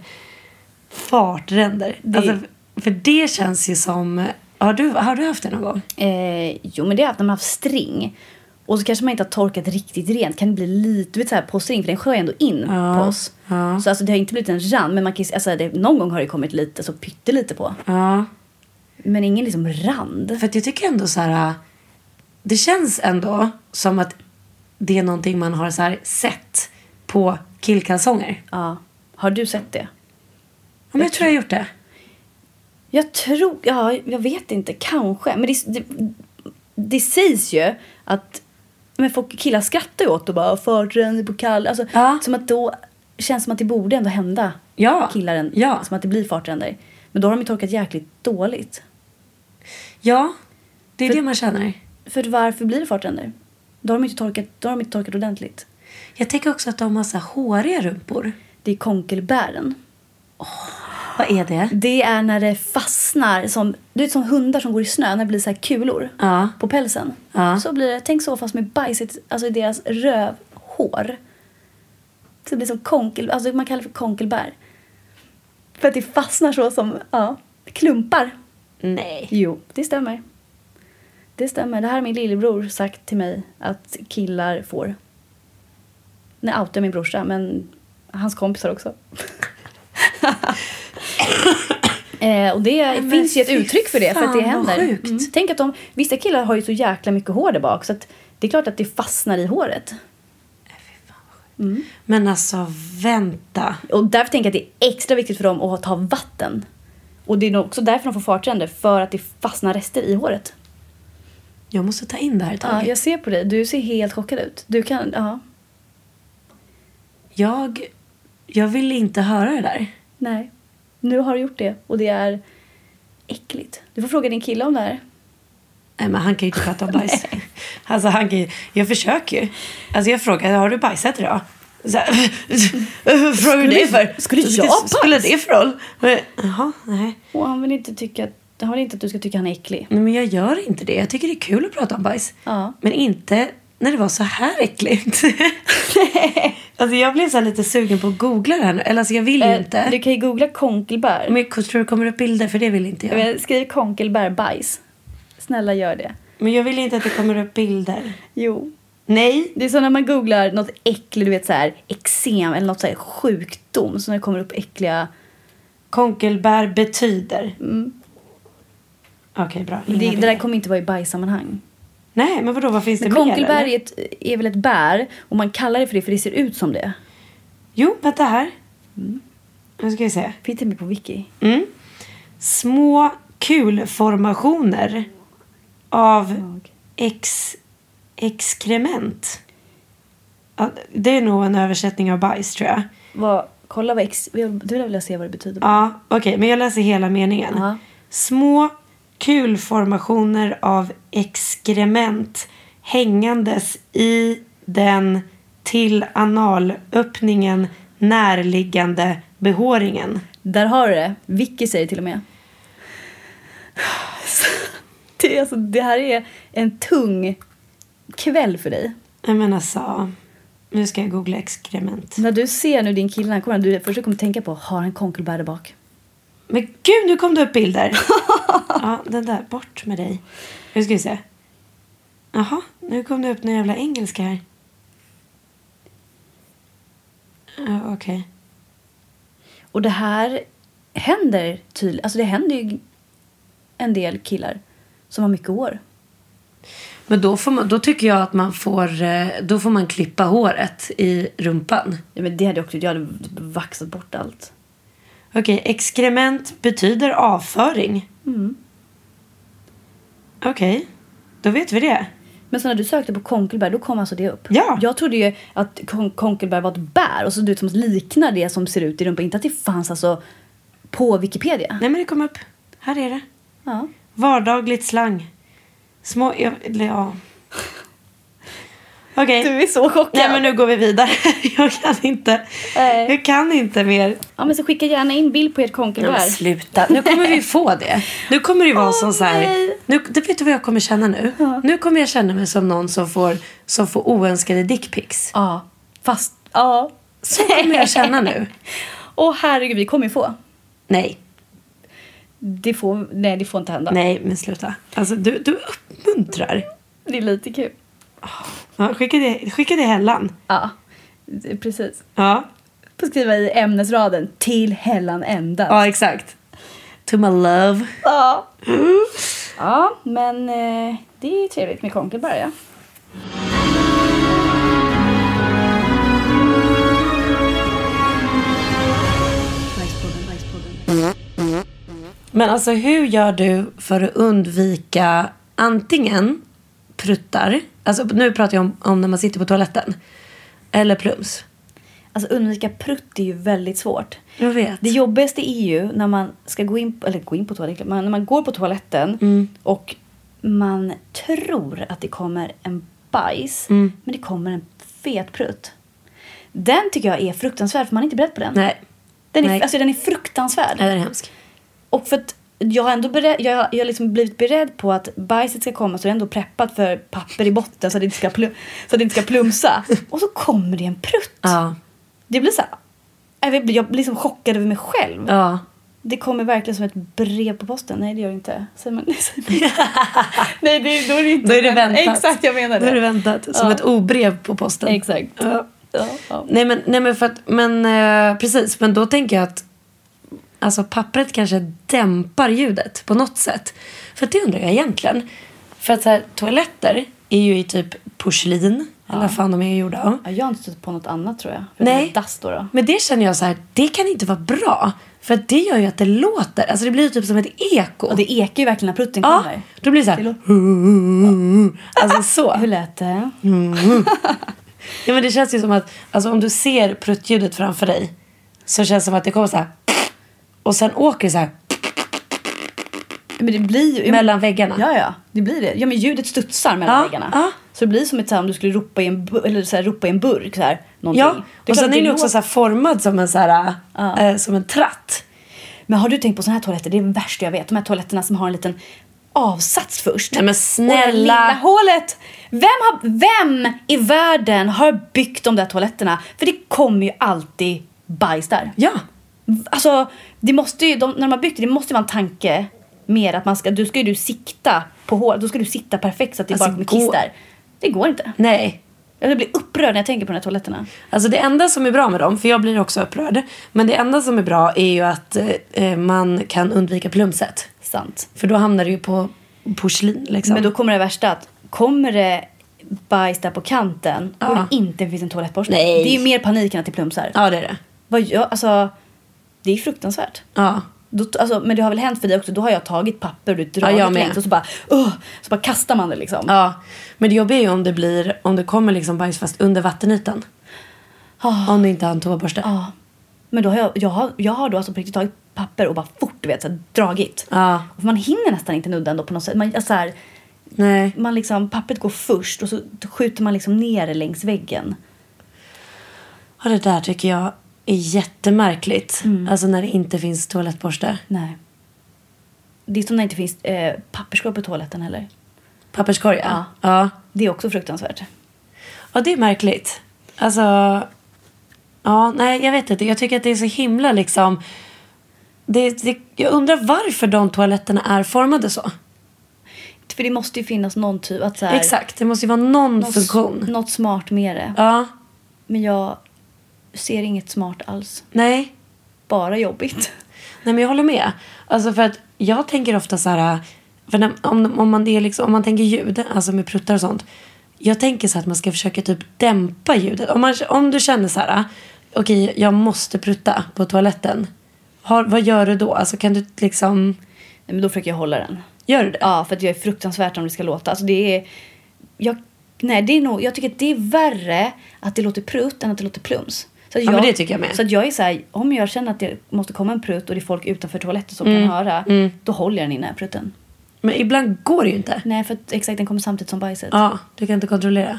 Speaker 1: Fartränder.
Speaker 2: Det-
Speaker 1: Alltså, för det känns ju som... Har du, har du haft det någon gång?
Speaker 2: Eh, jo, men det är att när man har haft string och så kanske man inte har torkat riktigt rent. Kan det bli lite, du vet så här på string, för den sköljer ändå in på oss. Så alltså, det har inte blivit en rand, men man kan, ju- alltså, det, någon gång har det kommit lite, så pyttelite på.
Speaker 1: Ja.
Speaker 2: Men ingen liksom rand.
Speaker 1: För att jag tycker ändå så här... Det känns ändå som att det är någonting man har så här sett på killkalsonger.
Speaker 2: Ja. Har du sett det?
Speaker 1: Ja, men jag tror jag har gjort det.
Speaker 2: Jag tror, ja, jag vet inte, kanske. Men det, det, det sägs ju att men folk, killar skrattar ju åt och bara förträning på kall. Alltså,
Speaker 1: Ja.
Speaker 2: Som att då känns som att det borde ändå hända
Speaker 1: Ja.
Speaker 2: killaren.
Speaker 1: Ja.
Speaker 2: Som att det blir fartränder. Men då har de ju torkat jäkligt dåligt.
Speaker 1: Ja, det är
Speaker 2: För-
Speaker 1: det man känner.
Speaker 2: För varför blir det fartränder? Då har de inte torkat, då har de inte torkat ordentligt.
Speaker 1: Jag tänker också att de har så här håriga rumpor.
Speaker 2: det är konkelbären.
Speaker 1: Vad är det?
Speaker 2: Det är när det fastnar, som, du vet som hundar som går i snö, när det blir så här kulor
Speaker 1: Ja.
Speaker 2: på pälsen.
Speaker 1: Ja.
Speaker 2: Så blir det, tänk så fast med bajs i- alltså i deras rövhår. Så det blir som konkel, alltså man kallar det för konkelbär. För att det fastnar så som, ja, klumpar.
Speaker 1: Nej.
Speaker 2: Jo, det stämmer. Det stämmer. Det här har min lillebror sagt till mig att killar får. Nu outar jag min brorsa, men hans kompisar också. eh, och det
Speaker 1: men
Speaker 2: finns ju ett
Speaker 1: fy
Speaker 2: uttryck för det, för att det
Speaker 1: fan, vad
Speaker 2: händer.
Speaker 1: sjukt.
Speaker 2: Mm. Tänk att de, vissa killar har ju så jäkla mycket hår där bak, så att det är klart att det fastnar i håret.
Speaker 1: Men alltså vänta.
Speaker 2: Och därför tänker jag att det är extra viktigt för dem att ta vatten. Och det är nog också därför de får fartränder, för att det fastnar rester i håret.
Speaker 1: Jag måste ta in det här
Speaker 2: Ja,
Speaker 1: taget.
Speaker 2: jag ser på dig. Du ser helt chockad ut. Du kan, ja.
Speaker 1: Jag, jag vill inte höra det där.
Speaker 2: Nej. Nu har du gjort det och det är äckligt. Du får fråga din kille om det här.
Speaker 1: Nej men han kan ju inte prata om bajs. alltså han kan ju, jag försöker ju. Alltså jag frågar, har du bajsat idag? Så här, Frågar du det för?
Speaker 2: skulle jag
Speaker 1: Vad spelar det för roll? Men, Jaha, nej.
Speaker 2: Och han vill inte tycka att, han vill inte att du ska tycka han är äcklig.
Speaker 1: Nej, men jag gör inte det. Jag tycker det är kul att prata om bajs.
Speaker 2: Ja.
Speaker 1: Men inte när det var så här äckligt. alltså jag blev så här lite sugen på att googla det här nu. Eller alltså jag vill ju inte.
Speaker 2: Eh, Du kan ju googla konkelbär.
Speaker 1: Men jag tror det kommer upp bilder för det vill inte jag.
Speaker 2: Men Skriv konkelbärbajs. Snälla gör det.
Speaker 1: Men jag vill inte att det kommer upp bilder.
Speaker 2: Jo.
Speaker 1: Nej.
Speaker 2: Det är så när man googlar något äckligt, du vet så här eksem eller något så här sjukdom. Så när det kommer upp äckliga...
Speaker 1: Konkelbär betyder. Okej, bra.
Speaker 2: Mm.
Speaker 1: Inga
Speaker 2: Det, det
Speaker 1: bilder.
Speaker 2: där kommer inte vara i bajssammanhang.
Speaker 1: Nej, men vadå, vad finns det
Speaker 2: Men
Speaker 1: mer?
Speaker 2: konkelbär
Speaker 1: eller?
Speaker 2: är, ett, är väl ett bär och man kallar det för det för det ser ut som det.
Speaker 1: Jo, vänta här.
Speaker 2: Mm.
Speaker 1: Nu ska vi se.
Speaker 2: Finns det med på wiki?
Speaker 1: Mm. Små kulformationer av ex, exkrement. Ja, det är nog en översättning av bajs, tror jag.
Speaker 2: Vad, kolla vad ex... Du vill vilja se vad det betyder.
Speaker 1: Ja, okej, men jag läser hela meningen.
Speaker 2: Ja.
Speaker 1: Små kulformationer av exkrement hängandes i den till analöppningen närliggande behåringen.
Speaker 2: Där har du det. Vicky säger till och med. Det, är alltså, det här är en tung kväll för dig.
Speaker 1: Nej men alltså, nu ska jag googla exkrement.
Speaker 2: När du ser nu din kille, när han kommer, du först kommer du tänka på, har han konkelbär där bak?
Speaker 1: Men gud, nu kom det upp bilder! ja, den där, bort med dig. Nu ska vi se. Jaha, nu kom det upp någon jävla engelska här. Ja, okej.
Speaker 2: Och det här händer tydligt, alltså det händer ju en del killar som har mycket hår.
Speaker 1: Men då, får man, då tycker jag att man får, eh, då får man klippa håret i rumpan.
Speaker 2: Ja, men det hade jag också gjort. jag hade vaxat bort allt.
Speaker 1: Okej, exkrement betyder avföring. Okej, då vet vi det.
Speaker 2: Men så när du sökte på konkelbär, då kom alltså det upp?
Speaker 1: Ja.
Speaker 2: Jag trodde ju att kon- konkelbär var ett bär och så du vet, som liknar det som ser ut i rumpan. Inte att det fanns alltså på Wikipedia.
Speaker 1: Nej men det kom upp. Här är det.
Speaker 2: Ja.
Speaker 1: Vardagligt slang. Små... Ja. eller ja. Okej.
Speaker 2: Du är så chockad.
Speaker 1: Nej men nu går vi vidare. Jag kan inte.
Speaker 2: Nej.
Speaker 1: Jag kan inte mer.
Speaker 2: Ja men så skicka gärna in bild på ert konkelbär.
Speaker 1: sluta. Nu kommer vi få det. Nu kommer det vara
Speaker 2: Åh,
Speaker 1: som så här.
Speaker 2: nej.
Speaker 1: Nu, det vet du vad jag kommer känna nu? Nu kommer jag känna mig som någon som får, som får oönskade dickpics.
Speaker 2: Ja. Fast, ja.
Speaker 1: Så kommer jag känna nu.
Speaker 2: Åh herregud, vi kommer ju få.
Speaker 1: Nej,
Speaker 2: Det får, nej det får inte hända.
Speaker 1: nej men sluta. Alltså du, du uppmuntrar.
Speaker 2: Det är lite kul.
Speaker 1: Ja, skicka, det, skicka det i hällan.
Speaker 2: Ja, det- precis.
Speaker 1: Ja.
Speaker 2: Får skriva i ämnesraden till hällan ända.
Speaker 1: ja, exakt. To my love.
Speaker 2: Ja. Ja, men eh, det är trevligt med konkelbär ja.
Speaker 1: Men alltså hur gör du för att undvika antingen pruttar, alltså nu pratar jag om, om när man sitter på toaletten, eller plums.
Speaker 2: Alltså undvika prutt är ju väldigt svårt.
Speaker 1: Jag vet.
Speaker 2: Det jobbigaste är ju när man ska gå in, eller gå in på toaletten, men när man går på toaletten
Speaker 1: Mm.
Speaker 2: och man
Speaker 1: Mm.
Speaker 2: tror att det kommer en bajs, men det kommer en fet prutt. Den tycker jag är fruktansvärd för man är inte beredd på den.
Speaker 1: Nej.
Speaker 2: Den
Speaker 1: Nej.
Speaker 2: är, alltså, den är fruktansvärd.
Speaker 1: Nej, den är hemsk.
Speaker 2: Och för att jag har ändå beredd, jag, har- jag har liksom blivit beredd på att bajset ska komma så det är ändå preppat för papper i botten så att det inte ska, plu- så att det inte ska plumsa. Och så kommer det en prutt.
Speaker 1: Ja.
Speaker 2: Det blir så här, jag blir, jag blir liksom chockad över mig själv.
Speaker 1: Ja.
Speaker 2: Det kommer verkligen som ett brev på posten. Nej, det gör det inte. Säger man, nej, säger man. nej det, då är det inte.
Speaker 1: Då är det väntat.
Speaker 2: Exakt, jag menar det.
Speaker 1: Då är det väntat. Som
Speaker 2: Ja.
Speaker 1: ett obrev på posten.
Speaker 2: Exakt.
Speaker 1: Ja.
Speaker 2: Ja, ja.
Speaker 1: Nej men, nej men för att, men eh, precis, men då tänker jag att alltså pappret kanske dämpar ljudet på något sätt. För att det undrar jag egentligen. För att så här, toaletter är ju i typ porslin, eller vad fan de är gjorda av.
Speaker 2: Ja, Jag har inte stött på något annat tror jag. För det är Dass då. då.
Speaker 1: Men det känner jag så här, det kan inte vara bra. För att det gör ju att det låter, alltså det blir ju typ som ett eko.
Speaker 2: Och det ekar ju verkligen när prutten
Speaker 1: ja,
Speaker 2: kommer.
Speaker 1: då blir det så
Speaker 2: Det
Speaker 1: här,
Speaker 2: låter-
Speaker 1: alltså så.
Speaker 2: Hur lät det?
Speaker 1: Ja, men det känns ju som att alltså, om du ser pruttljudet framför dig så känns det som att det kommer så här och sen åker det så här
Speaker 2: Men det blir ju...
Speaker 1: mellan väggarna.
Speaker 2: Ja, ja. Det blir det. Ja, men ljudet studsar mellan
Speaker 1: Ja,
Speaker 2: väggarna.
Speaker 1: ja.
Speaker 2: Så det blir som ett, så här, om du skulle ropa i en, bu- eller, så här, ropa i en burk. Så här, någonting.
Speaker 1: Ja,
Speaker 2: Det
Speaker 1: och
Speaker 2: klart
Speaker 1: sen
Speaker 2: att
Speaker 1: är
Speaker 2: det
Speaker 1: den ju också
Speaker 2: låter-
Speaker 1: så här formad som en, så här,
Speaker 2: Ja.
Speaker 1: eh, som en tratt.
Speaker 2: Men har du tänkt på såna här toaletter? Det är det värsta jag vet. De här toaletterna som har en liten avsats först.
Speaker 1: Nej, men snälla.
Speaker 2: Och det lilla hålet. Vem, har, vem i världen har byggt de där toaletterna? För det kommer ju alltid bajs där.
Speaker 1: Ja.
Speaker 2: Alltså, det måste ju, de, när de har byggt det, det måste ju vara en tanke mer att man ska, du ska ju du sikta på hålet, då ska du sitta perfekt så att det
Speaker 1: Alltså,
Speaker 2: bara kommer kiss
Speaker 1: gå-
Speaker 2: där. Det går inte.
Speaker 1: Nej.
Speaker 2: Jag blir upprörd när jag tänker på de här toaletterna.
Speaker 1: Alltså det enda som är bra med dem, för jag blir också upprörd, men det enda som är bra är ju att eh, eh, man kan undvika plumset.
Speaker 2: Sant.
Speaker 1: För då hamnar det ju på porslin liksom.
Speaker 2: Men då kommer det värsta att kommer det bajs där på kanten och
Speaker 1: Ja.
Speaker 2: det inte finns en toalettborste.
Speaker 1: Nej.
Speaker 2: Det är ju mer panik än att det plumsar.
Speaker 1: Ja, det är det.
Speaker 2: Vad gör, alltså, det är fruktansvärt.
Speaker 1: Ja.
Speaker 2: Då, alltså, men det har väl hänt för dig också, då har jag tagit papper och du dragit
Speaker 1: jag med.
Speaker 2: längst och så bara, "Åh!" så bara kastar man det liksom.
Speaker 1: Ja, men det jobbiga är ju om det blir, om det kommer liksom bajs fast under vattenytan. Om du inte har en toaborste.
Speaker 2: Ja. Men då har jag, jag, har, jag har då alltså på riktigt tagit papper och bara fort du vet, så här, dragit.
Speaker 1: Ja.
Speaker 2: Och för man hinner nästan inte nudda ändå på något sätt. Man, så här,
Speaker 1: Nej.
Speaker 2: man liksom, pappret går först och så skjuter man liksom ner det längs väggen.
Speaker 1: Och det där tycker jag är jättemärkligt. Alltså när det inte finns toalettborste.
Speaker 2: Nej. Det är som när det inte finns eh, papperskorg på toaletten heller.
Speaker 1: Papperskorgar.
Speaker 2: Ja.
Speaker 1: ja.
Speaker 2: Det är också fruktansvärt.
Speaker 1: Ja, det är märkligt. Alltså... Ja, nej, jag vet inte. Jag tycker att det är så himla liksom... Det, det, jag undrar varför de toaletterna är formade så.
Speaker 2: För det måste ju finnas någon typ att så här,
Speaker 1: Exakt, det måste ju vara någon
Speaker 2: något,
Speaker 1: funktion.
Speaker 2: något smart med det.
Speaker 1: Ja,
Speaker 2: Men jag ser inget smart alls.
Speaker 1: nej.
Speaker 2: Bara jobbigt.
Speaker 1: Nej men jag håller med. Alltså för att jag tänker ofta så här, för när, om, om, man det är liksom, om man tänker ljud, alltså med pruttar och sånt. Jag tänker så här att man ska försöka typ dämpa ljudet. Om, man, om du känner så här, okej jag måste prutta på toaletten. Har, vad gör du då? Alltså kan du liksom,
Speaker 2: Nej, men då försöker jag hålla den.
Speaker 1: gör du det?
Speaker 2: Ja, för att jag är fruktansvärt om det ska låta. Alltså det är... Jag, nej, det är nog, jag tycker att det är värre att det låter prutt än att det låter plums. Så att
Speaker 1: Ja, men det tycker jag med.
Speaker 2: Så att jag är så här, om jag känner att det måste komma en prutt och det är folk utanför toaletten som
Speaker 1: Mm.
Speaker 2: kan höra, då håller jag den inne, prutten.
Speaker 1: Men ibland går det ju inte.
Speaker 2: Nej, för att exakt den kommer samtidigt som bajset.
Speaker 1: Ja, du kan inte kontrollera.